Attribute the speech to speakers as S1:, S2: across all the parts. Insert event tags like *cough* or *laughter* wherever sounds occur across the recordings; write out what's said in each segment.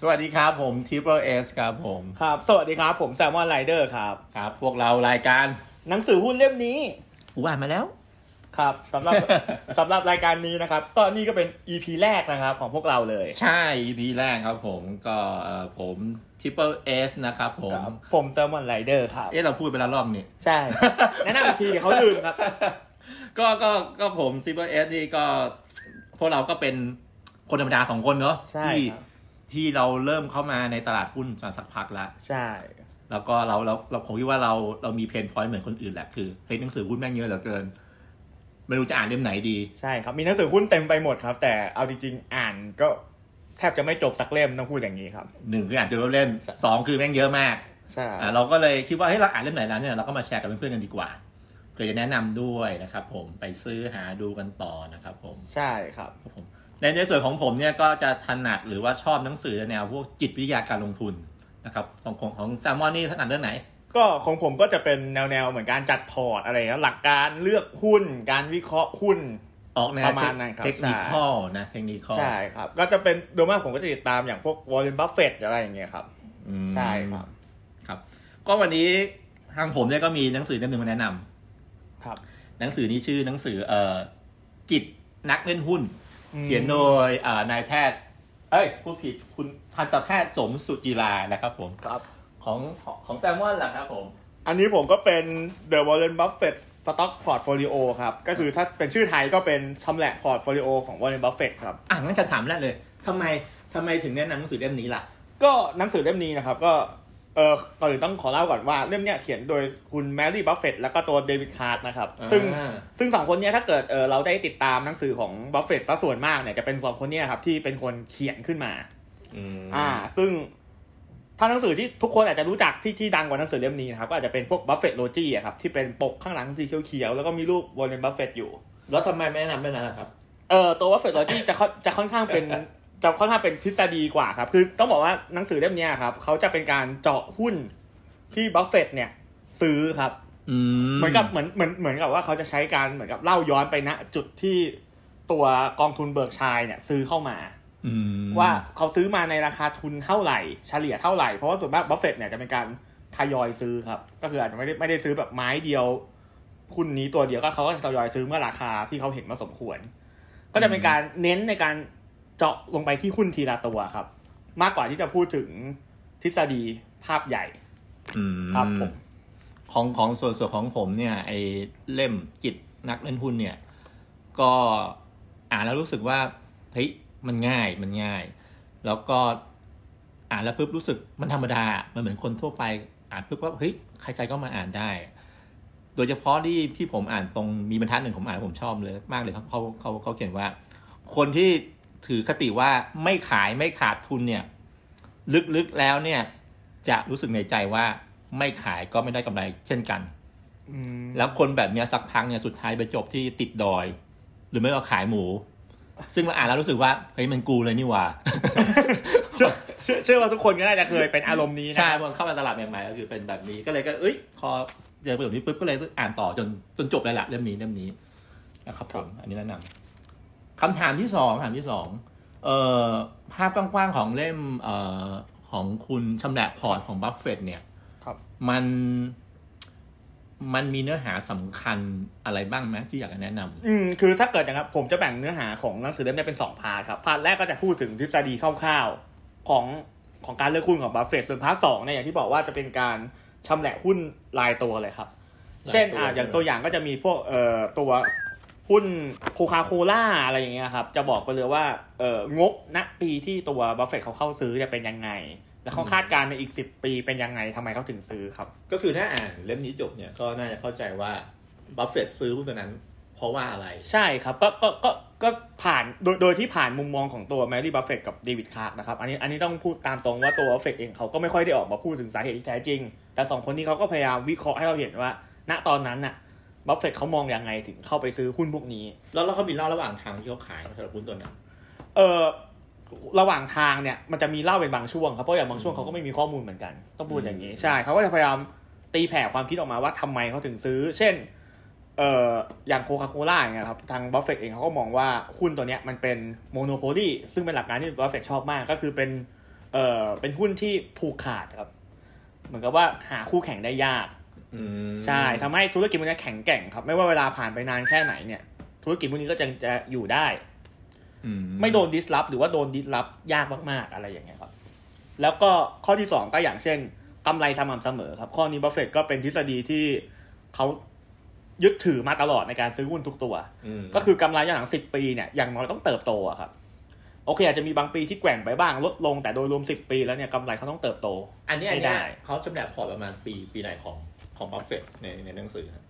S1: สวัสดีครับผม t r i p l e S ครับผม
S2: ครับ สวัสดีครับ ผมแซมมอนไรเดอร์ครับ
S1: ครับ พวกเรารายการ
S2: หนังสือหุ้นเล่มนี้
S1: อูอ่านมาแล้ว
S2: ครับส *laughs* ำหรับ สำหรับรายการนี้นะครับ ก็นี่ก็เป็น EP แรกนะครับของพวกเราเลย
S1: ใช่ EP แรกครับผมก็เอ่อผม t r i p l e S นะครับผม
S2: ครับผมแซมมอนไรเดอร์ครับ
S1: เอ๊ะเราพูดไปแล้วรอบนี่ *laughs*
S2: ใช่ *laughs* แนะนำอีกทีเดี๋ยวเขาลืมครับ
S1: ก็ก็ก็ผม t r i p l e S นี่ก็ พวกเราก็เป็นคนธรรมดาสองคนเนาะ
S2: ใช่
S1: ที่
S2: ครับ
S1: ที่เราเริ่มเข้ามาในตลาดหุ้นมาสักพักละ
S2: ใช่
S1: แล้วก็เราเราเราผมคิดว่าเราเรามีเพนพอยต์เหมือนคนอื่นแหละคือเฮ้ยหนังสือหุ้นแม่งเยอะเหลือเกิน ไม่รู้จะอ่านเล่มไหนดี
S2: ใช่ครับ มีหนังสือหุ้นเต็มไปหมดครับ แต่เอาจริงๆ อ่านก็แทบจะไม่จบสักเล่มต้องพูดอย่างนี้ครับ
S1: หนึ่งคืออ่านเจอเล่ม
S2: ใช่
S1: สองคือแม่งเยอะมาก
S2: ใช่
S1: อ่าเราก็เลยคิดว่าเฮ้ยเราอ่านเล่มไหนแล้วเนี่ยเราก็มาแชร์กับเพื่อนๆกันดีกว่าเพื่อจะแนะนำด้วยนะครับผมไปซื้อหาดูกันต่อนะครับผม
S2: ใช่ครับ
S1: ครับผมในในส่วนของผมเนี่ยก็จะถนัดหรือว่าชอบหนังสือแนวพวกจิตวิทยาการลงทุนนะครับของของของแซมมอนนี่ถนัดเรื่องไหน
S2: ก็ของผมก็จะเป็นแนวๆเหมือนการจัดพอร์ตอะไรนะหลักการเลือกหุ้น การวิเคราะห์หุ้น
S1: ออกแนว
S2: ประมาณนั้นครับ
S1: เทคนิค
S2: ใช่
S1: อลนะเทคนิคอล
S2: ใช่ครับ ก็จะเป็นโดยมากผมก็จะติดตามอย่างพวกวอลเลนบัฟเฟตอะไรอย่างเงี้ยครับ
S1: อืม
S2: ใช่ครับ
S1: ครับก็วันนี้ทางผมเนี่ยก็มีหนังสือเล่มหนึ่งมาแนะนำ
S2: ครับ
S1: หนังสือนี้ชื่อหนังสือเอ่อจิตนักเล่นหุ้น
S2: อืม
S1: เขียนโดยเอ่อนายแพทย์ เอ้ยผู้ผิดคุณทันตแพทย์สมสุจิรานะครับผม
S2: ครับ
S1: ของของของแซมมอนล่ะครับผม
S2: อันนี้ผมก็เป็น The Warren Buffett Stock Portfolio ครับ ก็คือถ้าเป็นชื่อไทยก็เป็นชำแหละพอร์ตโฟลิโอของ Warren Buffett ครับ
S1: อ่ะงั้นจะถามแรกเลยทำไมทำไมถึงแนะนำหนังสือเล่มนี้ล่ะ
S2: ก็หนังสือเล่มนี้นะครับ ก็เออก่อนอื่นต้องขอเล่าก่อนว่าเล่มเนี้ยเขียนโดยคุณแมรี่บัฟเฟตแล้วก็ตัวเดวิดคาร์ดนะครับ
S1: อ่า
S2: ซึ่งซึ่งสองคนเนี้ยถ้าเกิดเออเราได้ติดตามหนังสือของบัฟเฟตซะส่วนมากเนี่ยจะเป็นสองคนเนี้ยครับที่เป็นคนเขียนขึ้นมา
S1: อืม
S2: อ่า ซึ่งถ้าหนังสือที่ทุกคนอาจจะรู้จักที่ที่ดังกว่าหนังสือเล่มนี้นะครับก็อาจจะเป็นพวกบัฟเฟตโลจีอะครับที่เป็นปกข้างหลังสีเขียวๆแล้วก็มีรูปวอร์เรนบัฟเฟตอยู่
S1: แล้วทำไมไม่แนะนำเรื่องนั้นล่ะครับ
S2: เอ่อตัวบัฟเฟตโลจีจะค่อนจะค่อนข้างเป็น จะค่อนข้างเป็นทฤษฎีกว่าครับ คือต้องบอกว่าหนังสือเล่มเนี้ยครับเขาจะเป็นการเจาะหุ้นที่บัฟเฟตเนี่ยซื้อครับ
S1: อื
S2: เหมือนกับเหมือนเหมือนเหมือนกับว่าเขาจะใช้การเหมือนกับเล่าย้อนไปณจุดที่ตัวกองทุนเบิร์กชัยเนี่ยซื้อเข้ามา
S1: อืม
S2: ว่าเขาซื้อมาในราคาทุนเท่าไหร่ เฉลี่ยเท่าไหร่ เพราะว่าส่วนมากบัฟเฟตเนี่ยจะเป็นการทยอยซื้อครับ ก็คืออาจจะไม่ได้ไม่ได้ซื้อแบบไม้เดียวคุณนี้ตัวเดียวก็เขาก็จะทยอยซื้อเมื่อราคาที่เขาเห็นว่าสมควร ก็จะเป็นการเน้นในการเจาะลงไปที่หุ้นทีละตัวครับ มากกว่าที่จะพูดถึงทฤษฎีภาพใหญ่
S1: อืม
S2: ครับผม
S1: ของของส่วนส่วนของผมเนี่ยไอเล่มจิตนักเล่นหุ้นเนี่ย ก็อ่านแล้วรู้สึกว่าเฮ้ยมันง่ายมันง่าย แล้วก็อ่านแล้วปุ๊บรู้สึกมันธรรมดา มันเหมือนคนทั่วไป อ่านปุ๊บว่าเฮ้ยใครๆก็มาอ่านได้ โดยเฉพาะที่ที่ผมอ่านตรงมีบรรทัดหนึ่งผมอ่านแล้วผมชอบเลย มากเลยครับเขาเขาเขาเขียนว่า คนที่ถือคติว่าไม่ขายไม่ขาดทุนเนี่ย ลึกๆแล้วเนี่ย จะรู้สึกในใจว่าไม่ขายก็ไม่ได้กำไรเช่นกัน
S2: อืม
S1: แล้วคนแบบเนี้ยสักพักเนี่ยสุดท้ายไปจบที่ติดดอย หรือไม่ก็ขายหมู ซึ่งเราอ่านแล้วรู้สึกว่าเฮ้ยมันกูเลยนี่หว่า
S2: เชื่อเชื่อเชื่อว่าทุกคนก็น่าจะเคยเป็นอารมณ์นี้นะ
S1: ใช่พอเข้ามาตลาดใหม่ๆก็คือเป็นแบบนี้ก็เลยก็เอ้ยพอเจอประโยคนี้ปุ๊บก็เลยอ่านต่อจนจนจบเลยละเล่มนี้เล่มนี้นะครับผมอันนี้แนะนำคำถามที่สองคำถามที่สองเอ่อภาพกว้างๆของเล่มเอ่อของคุณชำแหละพอร์ตของบัฟเฟตเนี่ย
S2: ครับ
S1: มันมันมีเนื้อหาสำคัญอะไรบ้างไหมที่อยากจะแนะนำ
S2: อืมคือถ้าเกิดอย่างนั้นผมจะแบ่งเนื้อหาของหนังสือเล่มเนี้เป็นสองพาร์ทครับพาร์ทแรกก็จะพูดถึงทฤษฎีคร่าวๆของของการเลือกหุ้นของบัฟเฟตส่วนพาร์ทสองเนี่ยอย่างที่บอกว่าจะเป็นการชำแหละหุ้นรายตัวเลยครับ เช่นอ่าอย่างตัวอย่างก็จะมีพวกเอ่อตัวหุ้นโคคาโคล่าอะไรอย่างเงี้ยครับ จะบอกไปเลยว่าเอ่องบณปีที่ตัวบัฟเฟตเขาเข้าซื้อจะเป็นยังไง แล้วเขาคาดการณ์ในอีกสิบปีเป็นยังไงทำไมเขาถึงซื้อครับ
S1: ก็คือถ้าอ่านเล่มนี้จบเนี่ยก็น่าจะเข้าใจว่าบัฟเฟตซื้อหุ้นตัวนั้น เพราะว่าอะไร
S2: ใช่ครับก็ก็ก็ก็ผ่านโดยโดยที่ผ่านมุมมองของตัวแมรี่บัฟเฟตกับเดวิดคาร์กนะครับอันนี้อันนี้ต้องพูดตามตรงว่าตัวบัฟเฟตเองเขาก็ไม่ค่อยได้ออกมาพูดถึงสาเหตุที่แท้จริง แต่สองคนนี้เขาก็พยายามวิเคราะห์ให้เราเห็นว่า ณตอนนั้นน่ะบัฟเฟตเขามองยังไงถึงเข้าไปซื้อหุ้นพวกนี้
S1: แล้วแล้วเขามีเล่าระหว่างทางที่เขาขายสำหรับหุ้นตัวนั้น
S2: เออระหว่างทางเนี่ยมันจะมีเล่าเป็นบางช่วงครับเพราะอย่างบางช่วงเขาก็ไม่มีข้อมูลเหมือนกันต้องพูดอย่างนี้
S1: อืม
S2: ใช่เขาก็จะพยายามตีแผ่ความคิดออกมาว่าทำไมเขาถึงซื้อ เช่นเอ่ออย่างโคคาโคล่าอย่างเงี้ยครับทางบัฟเฟตเองเขาก็มองว่าหุ้นตัวเนี้ยมันเป็นโมโนโพลีซึ่งเป็นหลักการที่บัฟเฟตชอบมากก็คือเป็นเ เออเป็นหุ้นที่ผูกขาดครับ เหมือนกับว่าหาคู่แข่งได้ยาก
S1: อืม
S2: ใช่ทำให้ธุรกิจพวกนี้แข็งแกร่งครับ ไม่ว่าเวลาผ่านไปนานแค่ไหนเนี่ย ธุรกิจพวกนี้ก็ยังจะอยู่ได้
S1: อื
S2: ไม่โดนดิสลอฟหรือว่าโดนดิสลอฟยากมากๆอะไรอย่างเงี้ยครับ แล้วก็ข้อที่สองก็อย่างเช่นกำไรสม่ำเสมอครับ ข้อนี้บัฟเฟตก็เป็นทฤษฎีที่เขายึดถือมาตลอดในการซื้อหุ้นทุกตัว
S1: ม
S2: ก็คือกำไรอย่างหลังสิบปีเนี่ยอย่างน้อยต้องเติบโตอะครับ โอเค อาจจะมีบางปีที่แกว่งไปบ้างลดลงแต่โดยรวมสิบปีแล้วเนี่ยกำไรเขาต้องเติบโต
S1: อันเนี้ย
S2: ไม่
S1: อัน
S2: ได้
S1: เนี้ยเขาจำแนกพอร์ตประมาณปีปีไหนของของบัฟเฟตในในหนังสือครับ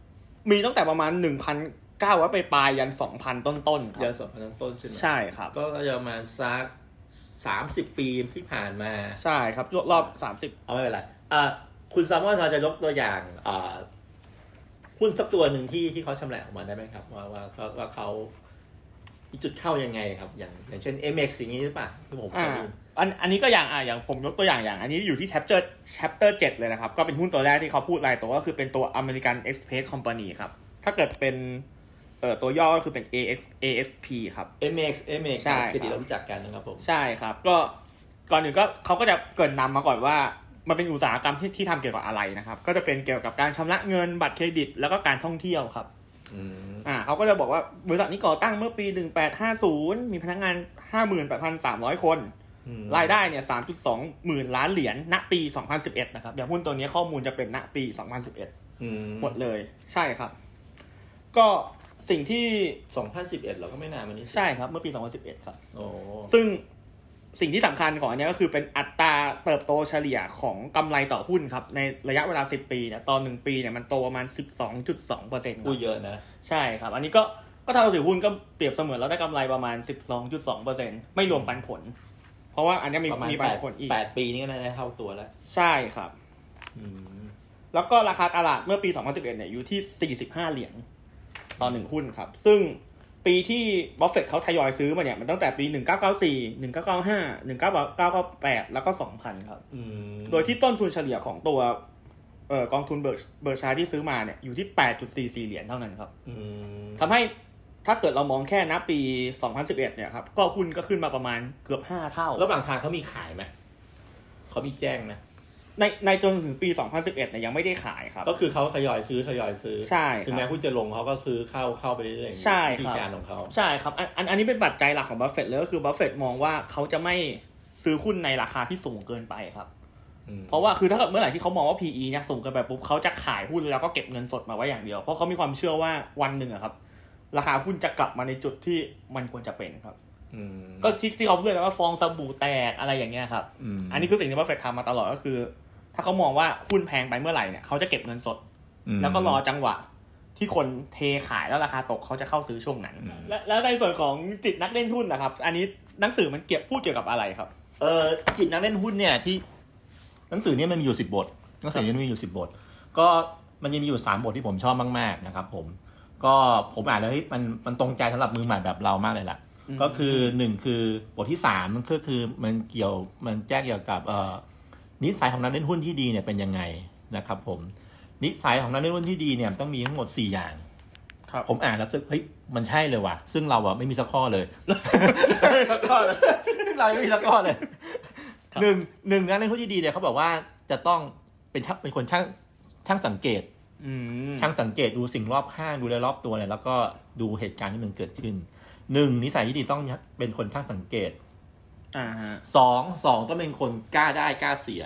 S2: มีตั้งแต่ประมาณหนึ่งพันเก้าร้อยไปปลายๆยันสองพันต้นๆค
S1: เดื
S2: รั
S1: อน
S2: บ
S1: สองพันต้นๆใช่ไหม
S2: ใช่ครับ
S1: ก็จะประมาณสักสามสิบปีที่ผ่านมา
S2: ใช่ครับรอบสามสิบ
S1: เอาไม่เป็นไรเอ่อคุณแซามอนเราจะยกตัวอย่างเอ่อหุ้นสักตัวหนึ่งที่ที่เขาชำแหละออกมาได้ไหมครับ ว่าว่าว่าว่าเขามีจุดเข้ายังไงครับ อย่างอย่างเช่น MX อย่างนี้หรือเปล่าที่ผมเค
S2: อ่าย
S1: ได้ยิน
S2: อันอันนี้ก็อย่างอ่าอย่างผมยกตัวอย่างอย่าง อันนี้อยู่ที่ chapter chapter 7เลยนะครับ ก็เป็นหุ้นตัวแรกที่เขาพูดรายตัวก็คือเป็นตัว American Express Company ครับ ถ้าเกิดเป็นเอ่อตัวย่อก็คือเป็น AX ASP ครับ
S1: เอ็มเอ็กซ์เอ็มเอ็กซ์
S2: ใช่ครับ
S1: เครดิตเรารู้จักกันนะครับผม
S2: ใช่ครับ ก็ก่อนอื่นก็เขาก็จะเกรินนำมาก่อนว่า มันเป็นอุตสาหกรรมที่ที่ทำเกี่ยวกับอะไรนะครับ ก็จะเป็นเกี่ยวกับการชำระเงินบัตรเครดิต แล้วก็การท่องเที่ยวครับ
S1: อืม
S2: อ่าเขาก็จะบอกว่าบริษัทนี้ก่อตั้งเมื่อปี 1850 มีพนักงาน 58,300 คน
S1: อืม
S2: รายได้เนี่ย 3.2 หมื่นล้านเหรียญ ณ ปี 2011 นะครับ อย่างหุ้นตัวนี้ข้อมูลจะเป็นณ ปี 2011
S1: อืม
S2: หมดเลย ใช่ครับ ก็สิ่งที่
S1: สองพันสิบเอ็ดเราก็ไม่นานมานี้สิ
S2: ใช่ครับ เมื่อปี 2011 ครับ
S1: โอ้
S2: ซึ่งสิ่งที่สำคัญของอันเนี้ยก็คือเป็นอัตราเติบโตเฉลี่ยของกำไรต่อหุ้นครับ ในระยะเวลา 10 ปีเนี่ย ตอน 1 ปีเนี่ย มันโตประมาณ 12.2%ครับ
S1: พูดเยอะนะ
S2: ใช่ครับ อันนี้ก็ก็ถ้าเราถือหุ้นก็เปรียบเสมือนเราได้กำไรประมาณ 12.2%ไม่รวมปันผล เพราะว่าอันนี้มี
S1: ประมาณ
S2: มี
S1: แป
S2: ปัน
S1: ด
S2: ผลอีก
S1: แปดปีนี่ก็น่าจะเท่าตัวแล้ว
S2: ใช่ครับ
S1: อืม
S2: แล้วก็ราคาตลาดเมื่อปี 2011 เนี่ยอยู่ที่ 45 เหรียญต่อหนึ่งหุ้นครับ ซึ่งปีที่บัฟเฟตต์เขาทยอยซื้อมาเนี่ยมันตั้งแต่ปี 1994 1995 1998 แล้วก็ 2000 ครับ
S1: อืม
S2: โดยที่ต้นทุนเฉลี่ยของตัวเอ่อกองทุนเบิร์ชเบิร์ชาที่ซื้อมาเนี่ยอยู่ที่ 8.44 เหรียญเท่านั้นครับ
S1: อืม
S2: ทำให้ถ้าเกิดเรามองแค่นะปี 2011 เนี่ยครับ ก็หุ้นก็ขึ้นมาประมาณเกือบ 5 เท่า
S1: แล้วบางทางเขามีขายไหมเขามีแจ้งนะ
S2: ในในจนถึงปี 2011 เนี่ยยังไม่ได้ขายครับ
S1: ก็คือเขาทยอยซื้อทยอยซื้อ
S2: ใช่ค
S1: ถึง
S2: รั
S1: แม้
S2: บ
S1: หุ้นจะลงเขาก็ซื้อเข้าเข้าไปเรื่อยๆ
S2: ใช่
S1: วิธี
S2: ครับ
S1: การของเขา
S2: ใช่ครับอันอันอันนี้เป็นปัจจัยหลักของบัฟเฟตต์เลยก็คือบัฟเฟตต์มองว่าเขาจะไม่ซื้อหุ้นในราคาที่สูงเกินไปครับ
S1: อืม
S2: เพราะว่าคือถ้าเกิดเมื่อไหร่ที่เขามองว่า PE เนี่ยสูงเกินไปปุ๊บเขาจะขายหุ้นแล้วก็เก็บเงินสดมาไว้อย่างเดียว เพราะเขามีความเชื่อว่าวันหนึ่งอะครับราคาหุ้นจะกลับมาในจุดที่มันควรจะเป็นครับ
S1: อืม
S2: ก็ที่ที่เขาพูดกันว่าฟองสบู่แตกอะไรอย่างเงี้ยครับ
S1: ม
S2: อันนี้คือสิ่งที่บัฟเฟตต์ทำมาตลอดก็คือ ถ้าเขามองว่าหุ้นแพงไปเมื่อไหร่เนี่ยเขาจะเก็บเงินสด
S1: ม
S2: แล้วก็รอจังหวะ ที่คนเทขายแล้วราคาตกเขาจะเข้าซื้อช่วงนั้น
S1: อืม
S2: และแล้วในส่วนของจิตนักเล่นหุ้นนะครับ อันนี้หนังสือมันเก็บพูดเกี่ยวกับอะไรครับ
S1: เออจิตนักเล่นหุ้นเนี่ยที่หนังสือเนี่ยมันมีอยู่สิบบทหนังสือเนี่ยมีอยู่สิบบท ก็มันยังมีอยู่สามบทที่ผมชอบมากๆนะครับผมก็ผมอ่านแล้วเฮ้ยมันมันตรงใจสำหรับมือใหม่แบบเรามากเลยล่ะ
S2: อืม
S1: ก็คือหนึ่งคือบทที่สามมันก็คือมันเกี่ยวมันแจ้งเกี่ยวกับเอ่อนิสัยของนักเล่นหุ้นที่ดีเนี่ยเป็นยังไงนะครับผมนิสัยของนักเล่นหุ้นที่ดีเนี่ยต้องมีทั้งหมดสี่อย่าง
S2: ครับ
S1: ผมอ่านแล้วรู้สึกเฮ้ยมันใช่เลยว่ะ ซึ่งเราอะไม่มีสักข้อเลย
S2: ก็
S1: เราไม่มีสักข้อเลยหนึ่งหนึ่งนะในหุ้นที่ดีเนี่ยเขาบอกว่าจะต้องเป็นช่างเป็นคนช่างช่างสังเกต
S2: อืม
S1: ช่างสังเกตดูสิ่งรอบข้างดูแลรอบตัวเนี่ยแล้วก็ดูเหตุการณ์ที่มันเกิดขึ้นหนึ่งนิสัยที่ดีต้องเป็นคนช่างสังเกต
S2: อ่าฮะ
S1: สองสองต้องเป็นคนกล้าได้กล้าเสีย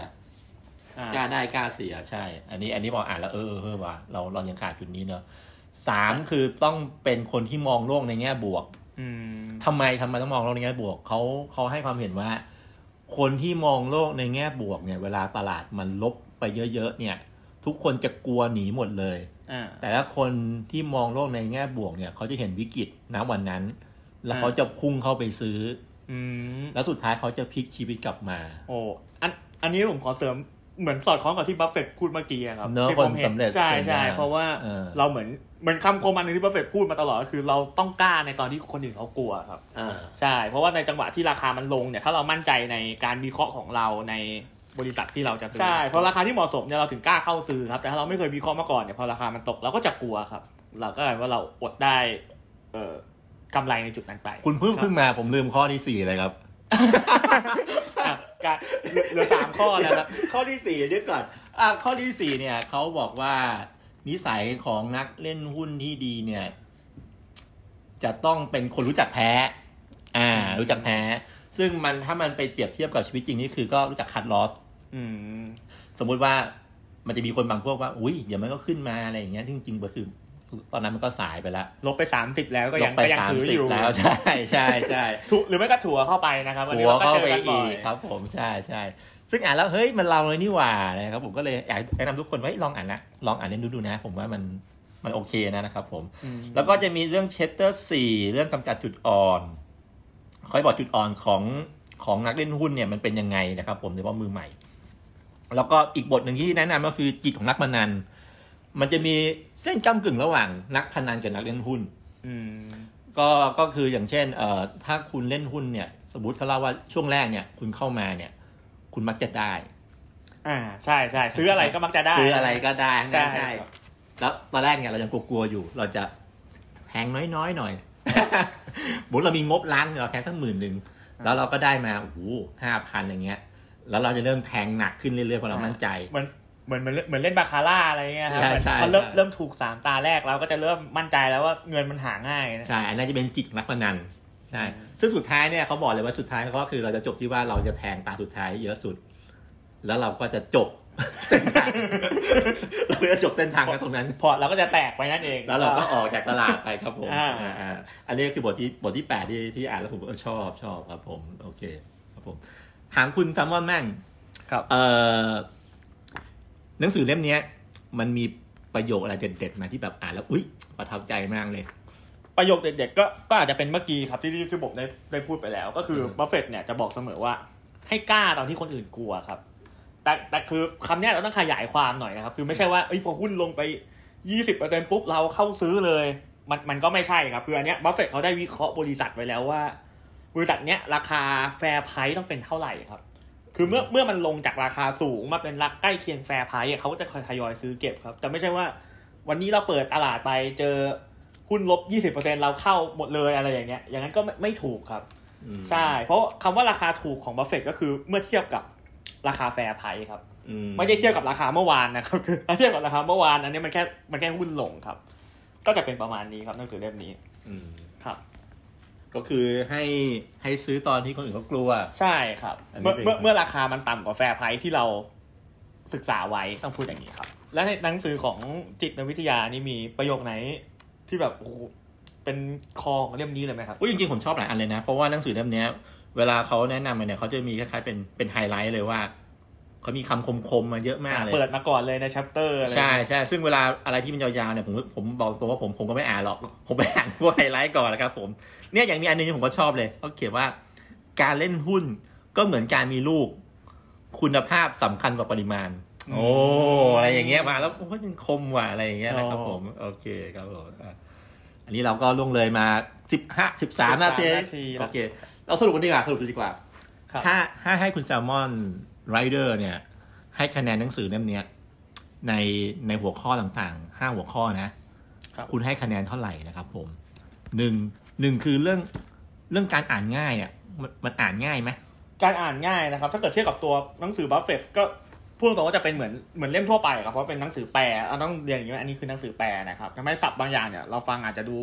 S2: อ่าก
S1: ล้าได้กล้าเสียใช่ อันนี้อันนี้พออ่านแล้วเออเออเออว่ะเราเรายังขาดจุดนี้เนอะสามคือต้องเป็นคนที่มองโลกในแง่บวก
S2: อืม
S1: ทำไมทำไมต้องมองโลกในแง่บวกเขาเขาให้ความเห็นว่า คนที่มองโลกในแง่บวกเนี่ย เวลาตลาดมันลบไปเยอะๆเนี่ย ทุกคนจะกลัวหนีหมดเลย
S2: อ่า
S1: แต่ถ้าคนที่มองโลกในแง่บวกเนี่ยเขาจะเห็นวิกฤตณวันนั้น แล้ว
S2: อ่า
S1: เขาจะพุ่งเข้าไปซื้อ
S2: อืม
S1: แล้วสุดท้ายเขาจะพลิกชีวิตกลับมา
S2: โอ้อันอันนี้ผมขอเสริมเหมือนสอดคล้องกับที่บัฟเฟตต์พูดเมื่อกี้อะครับ
S1: เนอะ
S2: ที่ผ
S1: ค
S2: ม
S1: นสำเร็จ
S2: ใช่
S1: ส่วน
S2: ใช่
S1: มาก
S2: เพราะว่า
S1: เออ
S2: เราเหมือนเหมือนคำโคมอันหนึงที่บัฟเฟตต์พูดมาตลอดก็คือ เราต้องกล้าในตอนที่คนอื่นเขากลัวครับ
S1: อ่า
S2: ใช่ เพราะว่าในจังหวะที่ราคามันลงเนี่ย ถ้าเรามั่นใจในการวิเคราะห์ของเราในบริษัทที่เราจะซื้อ ใช่ เพราะราคาที่เหมาะสมเนี่ยเราถึงกล้าเข้าซื้อครับ แต่ถ้าเราไม่เคยวิเคราะห์มาก่อนเนี่ย พอราคามันตกเราก็จะกลัวครับ เราก็กลายว่าเราอดได้ เอ่อกำไรในจุดนั้นไป
S1: คุณเพิ่งเพิ่งมาผมลืมข้อที่สี่เลยครับ
S2: *laughs* อ่ะ การเหลือเหลือสามข้อแล้วครับ
S1: ข้อที่สี่เดี๋ยวก่อนอ่ะข้อที่สี่เนี่ยเขาบอกว่านิสัยของนักเล่นหุ้นที่ดีเนี่ย จะต้องเป็นคนรู้จักแพ้ อ่า รู้จักแพ้ ซึ่งมันถ้ามันไปเปรียบเทียบกับชีวิตจริงนี่คือก็รู้จักคัดลอส
S2: อืม
S1: สมมุติว่ามันจะมีคนบางพวกว่า อุ้ยเดี๋ยวมันก็ขึ้นมาอะไรอย่างเงี้ยซึ่งจริงๆก็คือตอนนั้นมันก็สายไปแล้ว
S2: ลบไปสามสิบแล้วก็
S1: ล
S2: ยัง
S1: งไป
S2: ก็ยัง
S1: สาม
S2: ถือ
S1: สิ
S2: อบ ยู่
S1: แล้ว *laughs* ใช่ใช่ใช่
S2: ถูหรือไม่ก็ถั่วเข้าไปนะครับวันนี้
S1: หัว
S2: เราก็
S1: เข้า
S2: เจอ
S1: ไป
S2: กันบ่
S1: อี
S2: อย
S1: กครับผมใช่ใช่ซึ่งอ่านแล้วเฮ้ยมันเราเลยนี่หว่านะครับผมก็เลยอยากแนะนำทุกคนว่าเฮ้ยลองอ่านนะลองอ่านเล่นดูดูนะ ผมว่ามันมันโอเคนะนะครับผม
S2: อืม
S1: แล้วก็จะมีเรื่องเชตเตอร์สี่เรื่องกำจัดจุดอ่อนคอยบอกจุดอ่อนของของนักเล่นหุ้นเนี่ยมันเป็นยังไงนะครับ ผมโดยเฉพาะมือใหม่ แล้วก็อีกบทหนึ่งที่แนะนำก็คือจิตของนักพนัน มันจะมีเส้นก้ากึ่งระหว่างนักพนันกับนักเล่นหุ้น
S2: อืม
S1: ก็ก็คืออย่างเช่นเอ่อถ้าคุณเล่นหุ้นเนี่ย สมมติเขาเล่าว่าช่วงแรกเนี่ย คุณเข้ามาเนี่ย คุณมักจะได้
S2: อ่าใช่ใช่ซื้ออะไรก็มักจะได้
S1: ซื้ออะไรก็ได้
S2: ใช่
S1: ใช่
S2: ครับ
S1: แล้วตอนแรกเนี่ยเรายังกลัวๆอยู่ เราจะแทงน้อยๆหน่อย *laughs* สมมติเรามีงบล้านเราแทงสักหมื่นหนึ่งแล้วเราก็ได้มาโอ้โหห้าพันอย่างเงี้ย แล้วเราจะเริ่มแทงหนักขึ้นเรื่อยๆเพราะเรามั่นใจ
S2: เหมือนเหมือนเหมือนเหมือนเล่นบาคาร่าอะไรเงี้ยครับ
S1: ใช่
S2: เหมือน
S1: ใช่
S2: พอเริ่ม
S1: ใช่
S2: เริ่มถูกสามตาแรกเราก็จะเริ่มมั่นใจแล้วว่าเงินมันหาง่ายนะ
S1: ใช่ อันนั้นจะเป็นจิตนักพนันใช่ ซึ่งสุดท้ายเนี่ยเขาบอกเลยว่าสุดท้ายก็คือเราจะจบที่ว่าเราจะแทงตาสุดท้ายเยอะสุด แล้วเราก็จะจบ *laughs* เส้นทาง เราจะจบเส้นทางกันตรงนั้น
S2: พอร์ตเราก็จะแตกไปนั่นเอง
S1: แล้วเราก็ออกจากตลาดไปครับผม
S2: อ่า
S1: อ่าอ่าอันนี้ก็คือบทที่บทที่แปดที่ที่อ่านแล้วผมก็เออชอบชอบครับผม โอเค ครับผม ถามคุณซัมมอนแม่ง
S2: ครับ
S1: เอ่อหนังสือเล่มเนี้ย มันมีประโยคอะไรเด็ดๆไหมาที่แบบอ่านแล้วอุ๊ยประทับใจมากเลย
S2: ประโยคเด็ดๆก็ก็อาจจะเป็นเมื่อกี้ครับที่ที่ที่ผมได้ได้พูดไปแล้ว ก็คือ
S1: เออ
S2: บัฟเฟตต์เนี่ยจะบอกเสมอว่า ให้กล้าตอนที่คนอื่นกลัวครับ แต่แต่คือคำเนี้ยเราต้องขยายความหน่อยนะครับ คือไม่ใช่ว่าเอ้ยพอหุ้นลงไปยี่สิบเปอร์เซ็นปุ๊บเราเข้าซื้อเลย มันมันก็ไม่ใช่ครับคืออันเนี้ยบัฟเฟตต์เขาได้วิเคราะห์บริษัทไว้แล้วว่า บริษัทเนี้ยราคาแฟร์ไพรส์ต้องเป็นเท่าไหร่ครับ คือเมื่อเมื่อมันลงจากราคาสูงมาเป็นรักใกล้เคียงแฟร์ไพรส์เขาก็จะทยอยซื้อเก็บครับ แต่ไม่ใช่ว่า วันนี้เราเปิดตลาดไปเจอหุ้นลบ 20%เราเข้าหมดเลยอะไรอย่างเงี้ย อย่างนั้นก็ไม่ไม่ถูกครับ
S1: อืม
S2: ใช่ เพราะคำว่าราคาถูกของบัฟเฟตก็คือเมื่อเทียบกับราคาแฟร์ไพรส์ครับ
S1: อื
S2: ไม่ได้เทียบกับราคาเมื่อวานนะครับ *laughs* คือถ้าเทียบกับราคาเมื่อวานอันนี้มันแค่มันแค่หุ้นลงครับ ก็จะเป็นประมาณนี้ครับหนังสือเล่มนี้
S1: อืม
S2: ครับ
S1: ก็คือให้ให้ซื้อตอนที่คนอื่นเขากลัว
S2: ใช่ครับ
S1: อันนี้
S2: เมื่อ
S1: เป็น
S2: เมื่อเมื่อราคามันต่ำกว่าแฟร์ไพรส์ที่เราศึกษาไว้ต้องพูดอย่างนี้ครับ และในหนังสือของจิตวิทยานี่มีประโยคไหนที่แบบโอ้โหเป็นคอของเล่มนี้เลยไหมครับ
S1: อุ้ยจริงๆ ผมชอบหลายอันเลยนะ เพราะว่าหนังสือเล่มเนี้ย เวลาเขาแนะนำมาเนี่ยเขาจะมีคล้ายๆเป็นเป็นไฮไลท์เลยว่า เขามีคำคมๆ มาเยอะมากเลย
S2: เปิดมาก่อนเลยในชัปเตอร์อะไร
S1: ใช่ใช่ซึ่งเวลาอะไรที่มันยาวๆเนี่ยผมผมบอกตัวว่าผมผมก็ไม่อ่านหรอก ผมไปอ่านพวกไฮไลท์ก่อนนะครับผม เนี่ยอย่างมีอันนึงที่ผมก็ชอบเลยเขาเขียนว่า การเล่นหุ้นก็เหมือนการมีลูก คุณภาพสำคัญกว่าปริมาณ โอ้อะไรอย่างเงี้ยมาแล้วโอ้ยมันคมว่ะอะไรอย่างเงี้ยนะครับผมโอเคครับผมอ่ะอันนี้เราก็ล่วงเลยมาสิบห้าสิบสามนาทีโอเค เราสรุปกันดีกว่าสรุปกันดีกว่า
S2: ครับ
S1: ถ้าถ้าให้คุณแซลมอนไรเดอร์เนี่ย ให้คะแนนหนังสือเล่มเนี้ยในในหัวข้อต่างๆห้าหัวข้อนะ
S2: ครับ
S1: คุณให้คะแนนเท่าไหร่นะครับผมหนึ่งหนึ่งคือเรื่องเรื่องการอ่านง่ายเนี่ยมันมันอ่านง่ายไหม
S2: การอ่านง่ายนะครับ ถ้าเกิดเทียบกับตัวหนังสือบัฟเฟตก็พูดตรงๆว่าจะเป็นเหมือนเหมือนเล่มทั่วไปครับเพราะเป็นหนังสือแปลเอาต้องเรียนอย่างนี้ว่าอันนี้คือหนังสือแปลนะครับทำให้ศัพท์บางอย่างเนี่ยเราฟังอาจจะดู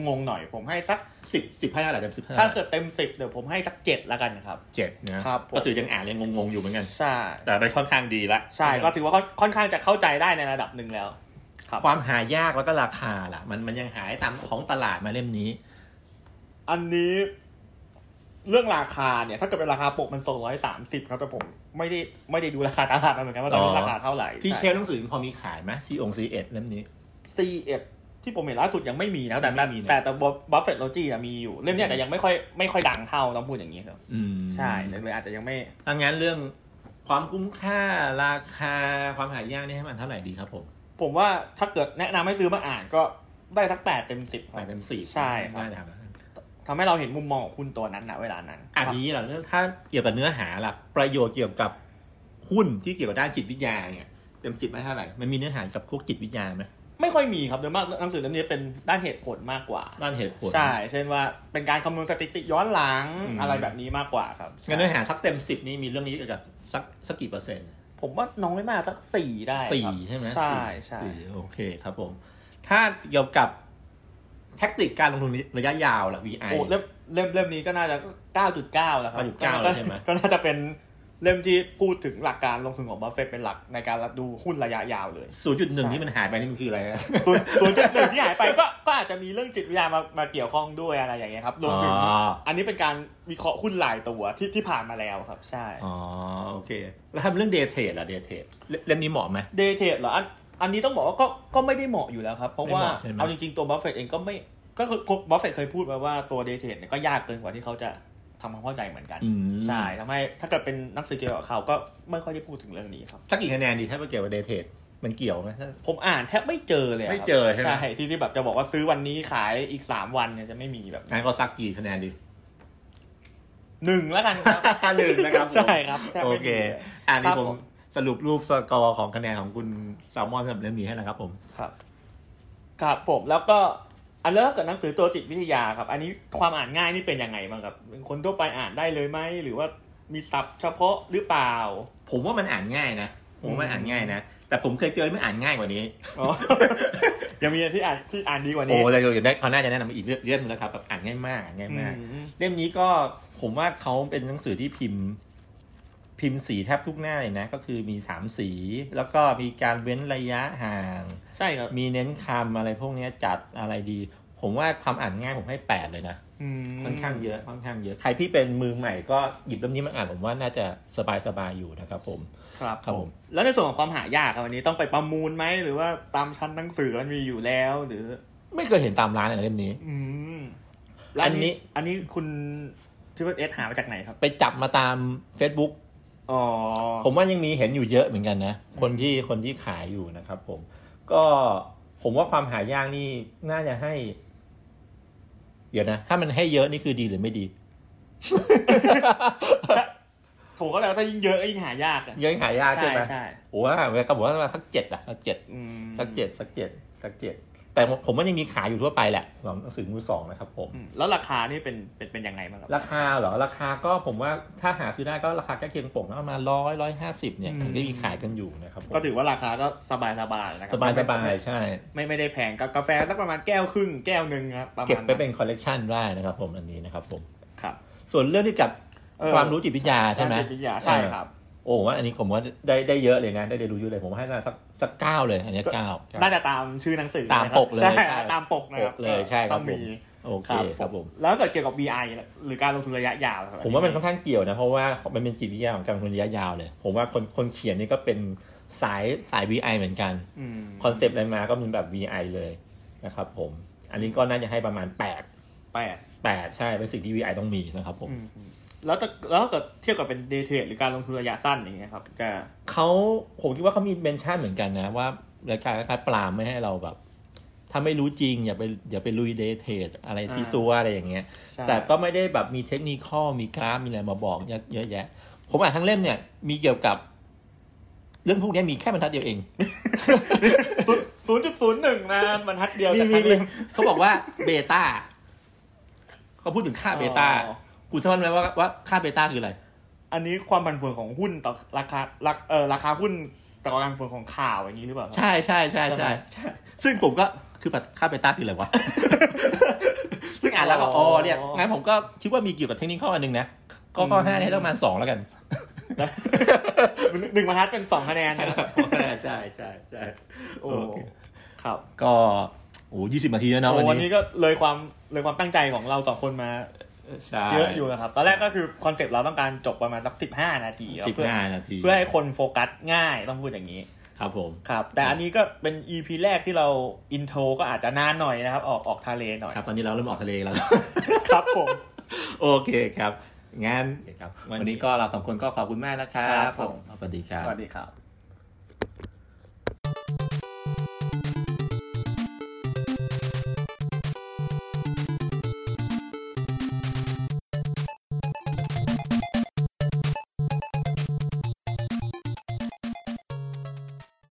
S2: งงๆหน่อย ผมให้สัก
S1: สิบสิบให้เท่าไหร่เต็มสิบ
S2: ถ้าเกิดเต็มสิบเดี๋ยวผมให้สักเจ็ดละกันครับ
S1: เจ็ดนะครับ
S2: ผม
S1: ก็ถือยังอ่านยังงงๆอยู่เหมือนกัน
S2: ใช่
S1: แต่ได้ค่อนข้างดีละ
S2: ใช่ก็ถือว่าค่อนค่อนข้างจะเข้าใจได้ในระดับหนึ่งแล้ว ครับ
S1: ความหายากแล้วก็ราคาล่ะ มันมันยังหายตามของตลาดมาเล่มนี้
S2: อันนี้เรื่องราคาเนี่ยถ้าเกิดเป็นราคาปกมันสองร้อยสามสิบครับแต่ผมไม่ได้ไม่ได้ดูราคาตลาดมาเหมือนกันว่าตอนนี้
S1: อ๋อ
S2: ราคาเท่าไหร่
S1: ที่เช
S2: ใช่
S1: ลหนังสือพอมีขายไหมซีองซีเอ็ดเล่มนี้
S2: C1 ที่ผมเห็นล่าสุดยังไม่มีนะแต่
S1: ยังไม่มีนะ
S2: แต่แต่บัฟเฟตโลจีอะมีอยู่ เรื่องเนี้ยแต่ยังไม่ค่อยไม่ค่อยดังเท่าต้องพูดอย่างนี้ครับ
S1: อืม
S2: ใช่เลยเลยอาจจะยังไม่
S1: ดังนั้นเรื่องความคุ้มค่าราคาความหายากนี่ให้มันเท่าไหร่ดีครับผม
S2: ผมว่าถ้าเกิดแนะนำให้ซื้อมาอ่านก็ได้สักแปดเต็มสิบค
S1: แป
S2: รับ
S1: ดเต็มสี่
S2: ใช่ครับ
S1: ได้ครับ
S2: ทำให้เราเห็นมุมมองของคุณตัวนั้นนะเวลานั้น
S1: อัน
S2: ครับ
S1: นี้เหราเรื่องถ้าเกี่ยวกับเนื้อหาล่ะประโยชน์เกี่ยวกับหุ้นที่เกี่ยวกับด้านจิตวิทยาเนี่ยเต็มสิบไม่เท่าไหร่มันมีเนื้อหากับพวกจิตวิทยาไหม
S2: ไม่ค่อยมีครับโดยมากหนังสือเล่มนี้เป็นด้านเหตุผลมากกว่า
S1: ด้านเหตุผล
S2: ใช่ เช่นว่าเป็นการคำนวณสถิติย้อนหลัง
S1: อืม
S2: อะไรแบบนี้มากกว่าครับ
S1: งั้นเนื้อหาสักเต็มสิบนี่มีเรื่องนี้เกี่ยวกับสักสักกี่เปอร์เซ็นต์
S2: ผมว่าน้อยมากสักสี่ได้ครับ
S1: สี่ใช่ไหม
S2: ใช่
S1: สี่
S2: ใช่
S1: สี่โอเคครับผม ถ้าเกี่ยวกับแท็กติกการลงทุนระยะยาวล่ะ VI
S2: โอ้เล่มเล่มเล่มนี้ก็น่าจะ 9.9 แล้วครับ
S1: 9.9แล้วใช่ไหม
S2: ก็น่าจะเป็นเล่มที่พูดถึงหลักการลงทุนของบัฟเฟตต์เป็นหลักในการรับดูหุ้นระยะยาวเลย *laughs*
S1: ศูนย์จุดหนึ่งที่มันหายไปนี่มันคืออะไรนะ
S2: ส่วนส่วนจุดหนึ่งที่หายไปก็ก็อาจจะมีเรื่องจิตวิทยามามาเกี่ยวข้องด้วยอะไรอย่างเงี้ยครับรวมถึง
S1: อ๋ออั
S2: อันนี้เป็นการวิเคราะห์หุ้นรายตัวที่ที่ผ่านมาแล้วครับ ใช่
S1: อ๋อโอเค แล้วทำเรื่องเดทเทรดล่ะเดทเทรดเล่มนี้เหมาะไหม
S2: เดเทดเหรออันอันนี้ต้องบอกว่าก็ก็ไม่ได้เหมาะอยู่แล้วครับ เพราะว่า
S1: ไม่เหมาะใช่ไหม
S2: เอาจริงๆตัวบัฟเฟตต์เองก็ไม่ก็คือบัฟเฟตต์เคยพูดมาว่าตัวเดเทดเนี่ยก็ยากเกินกว่าที่เขาจะทำความเข้าใจเหมือนกัน
S1: อืม
S2: ใช่ทำให้ถ้าเกิดเป็นนักสือเกี่ยวกับข่าวก็ไม่ค่อยได้พูดถึงเรื่องนี้ครับ
S1: สักกี่คะแนนดีถ้าเกี่ยวกับเดทเทรดมันเกี่ยวไหม
S2: ผมอ่านแทบไม่เจอเลยะครับ
S1: ไม่เจอใช่ไหม
S2: ที่ที่แบบจะบอกว่าซื้อวันนี้ขายอีกสามวันเนี่ยจะไม่มีแบบนั้น
S1: งั้นก็สักกี่คะแนนดี
S2: หนึ่งแล้วกันครับ
S1: หนึ่งนะครับผม
S2: ใช่ครับแทบ
S1: โอ
S2: ไม่มี
S1: เค
S2: ลย
S1: อันนี้
S2: ครับ
S1: ผม
S2: ผม
S1: สรุปรูปสกอร์ของคะแนนของคุณแซลมอนสำหรับเล่มนี้ให้นะครับผม
S2: ครับ ครับผมแล้วก็อันแล้วถ้าเกิดหนังสือตัวจิตวิทยาครับ อันนี้ความอ่านง่ายนี่เป็นยังไงบ้างครับเป็นคนทั่วไปอ่านได้เลยไหมหรือว่ามีศัพท์เฉพาะหรือเปล่า
S1: ผมว่ามันอ่านง่ายนะผมว่ามันอ่านง่ายนะ แต่ผมเคยเจอมันอ่านง่ายกว่านี้
S2: อ๋ *laughs* อ ยังมีที่อ่านที่อ่านดีกว่า
S1: โอ้
S2: นี้
S1: แต่เดี๋ยวได้เขาวหน่าจะแนะนำอีกเรื่องเรื่องหนึงแล้วครับแบบอ่านง่ายมากอ่านง่ายมาก
S2: อืม
S1: เล่มนี้ก็ผมว่าเขาเป็นหนังสือที่พิมพ์ พิมพ์สีแทบทุกหน้าเลยนะ ก็คือมีสามสี แล้วก็มีการเว้นระยะห่าง
S2: ใช่ครับ
S1: มีเน้นคำอะไรพวกเนี้ยจัดอะไรดี ผมว่าความอ่านง่ายผมให้แปดเลยนะ
S2: อืม
S1: ค่อนข้างเยอะค่อนข้างเยอะ ใครที่เป็นมือใหม่ก็หยิบเล่มนี้มาอ่านผมว่าน่าจะสบายสบายๆอยู่นะครับผม
S2: ครับ
S1: ครับผม
S2: แล้วในส่วนของความหายากครับวันนี้ต้องไปประมูลไหมหรือว่าตามชั้นหนังสือมันมีอยู่แล้วหรือ
S1: ไม่เคยเห็นตามร้านเลยนะเล่มนี้
S2: อืมแล้วอันนี้
S1: อันนี้
S2: อันนี้คุณทิวเอสหามาจากไหนครับ
S1: ไปจับมาตาม Facebook
S2: อ๋อ
S1: ผมว่ายังมีเห็นอยู่เยอะเหมือนกันนะ คนที่คนที่ขายอยู่นะครับผม ก็ผมว่าความหายากนี่น่าจะให้ เดี๋ยวนะ ถ้ามันให้เยอะนี่คือดีหรือไม่
S2: *laughs*
S1: ดี
S2: ผมก็แล้วถ้ายิ่งเยอะก็ยิ่งหายากอะ
S1: ยังหายากใช่
S2: ใช่
S1: ไหม
S2: ใช่
S1: โอ้ว่าก็บอกว่าสักเจ็ดอะสักเจ็ด
S2: อืม
S1: สักเจ็ดสักเจ็ดสักเจ็ดแต่ผมว่ายังมีขายอยู่ทั่วไปแหละของหนังสือมือสองนะครับผม
S2: อืมแล้วราคานี่เป็นเป็นเป็นยังไงบ้างครับ
S1: ราคาเหรอ ราคาก็ผมว่าถ้าหาซื้อได้ก็ราคาใกล้เคียงปกนะประมาณร้อยร้อยห้าสิบเนี่ย
S2: อืม
S1: ถึงได้มีขายกันอยู่นะครับผม
S2: ก็ถือว่าราคาก็สบายสบายๆนะครั
S1: สบายสบายใช่
S2: ไม่ไม่ได้แพงกับกาแฟสักประมาณแก้วครึ่งแก้วหนึ่งครับระมาณ
S1: เก็บไปเป็นคอลเลกชันได้นะครับผมอันนี้นะครับผม
S2: ครับ
S1: ส่วนเรื่องที่กับ
S2: เออ
S1: ความรู้จิตวิทยาใช่ไหม
S2: จิตวิทยาใช่ครับ
S1: โอ้ผมว่าอันนี้ผมว่าได้ได้เยอะเลยนะ ได้เรียนรู้เยอะเลยผมให้สักสักเก้าเลย อันนี้เก้า
S2: น่าจะตามชื่อหนังสือ
S1: ตามปกเลย
S2: นะครับ
S1: ใช่
S2: ใช่ ตามปกนะครับ
S1: ปกเลยใช่ครับ
S2: ต้อง
S1: ผม
S2: มี
S1: โอเคครับผม
S2: แล้วเกิดเกี่ยวกับ BI หรือการลงทุนระยะยาวครับ
S1: ผมว่ามันค่อนข้างเกี่ยวนะ เพราะว่ามันเป็นจิตวิทยาของการลงทุนระยะยาวเลย ผมว่าคนคนเขียนนี่ก็เป็นสายสาย VI เหมือนกัน
S2: อืม
S1: คอนเซปต์อะไรมาก็เป็นแบบ VI เลยนะครับผม อันนี้ก็น่าจะให้ประมาณ 8
S2: แปด
S1: 8 ใช่ เป็นสิ่งที่ VI ต้องมีนะครับผม
S2: อืมแล้วแต่แล้วเกิดเทียบกับเป็นเดเทรดหรือการลงทุนระยะสั้นอย่างเงี้ยครับจะ
S1: เขาผมคิดว่าเขามีเมนชั่นเหมือนกันนะ ว่ารายการคล้ายๆปรามไม่ให้เราแบบ ถ้าไม่รู้จริง อย่าไปอย่าไปลุยเดทเทรดอะไรซีซัวอะไรอย่างเงี้ย
S2: ใช่
S1: แต่ก็ไม่ได้แบบมีเทคนิคอลมีกราฟมีอะไรมาบอกเยอะเยอะแยะ ผมอ่านทั้งเล่มเนี่ย มีเกี่ยวกับ เรื่องพวกเนี้ยมีแค่บรรทัดเดียวเอง
S2: ศูนย์จุดศูนย์หนึ่งนะบรรทัดเดียว
S1: มี
S2: จาก
S1: มี
S2: ทั้ง
S1: มี
S2: เล่ม
S1: เขาบอกว่าเบต้าเขาพูดถึงค่าเบต้า
S2: อ๋อ
S1: คุณสมมติไหมว่าว่าค่าเบต้าคืออะไร
S2: อันนี้ความผันผวนของหุ้นต่อราคาราคเอ่อราคาหุ้นต่อการผันผวนของข่าวอย่างนี้หรือเปล่าครับ
S1: ใช่ใช่ใช่ใช่ใช่ซึ่งผมก็คือค่าเบต้าคืออะไรว *laughs* ะ ซึ่งอ่านแล้วก็อ๋อเนี่ย
S2: อ๋อ
S1: งั้นผมก็คิดว่ามีเกี่ยวกับเทคนิคข้ออันหนึ่งนะก็ข้อห้าให้ประมาณสองแล้วกัน
S2: หนึ่งบรรทัดเป็นสองคะแนนนะครับ
S1: *laughs* ใช่ใช่ใช่
S2: โอ้ครับ
S1: ก็โอ้ยี่สิบนาทีแล้วเนาะ
S2: โอ้
S1: วั
S2: วัน น
S1: นี้
S2: นี้ก็เลยความเลยความตั้งใจของเราสองคนมา
S1: ใช่
S2: เยอะอยู่นะครับ ตอนแรกก็คือคอนเซปต์เราต้องการจบประมาณสักสิบห้านาทีครับ
S1: สิบ
S2: เพื่อ
S1: ห้านาที
S2: เพื่อให้คนโฟกัสง่ายต้องพูดอย่างนี้
S1: ครับผม
S2: ครับ แต่อันนี้ก็เป็น EP แรกที่เราอินโทรก็อาจจะนานหน่อยนะครับ ออกออกทะเลหน่อย
S1: ครับตอนนี้เราเริ่มออกทะเลแล้ว
S2: ครับผม
S1: โอเคครับงั้นวันนี้ก็เราสองคนก็ขอบคุณมากนะครั
S2: ครับ บผม
S1: สวัสดีครับ
S2: สวัสดีครับ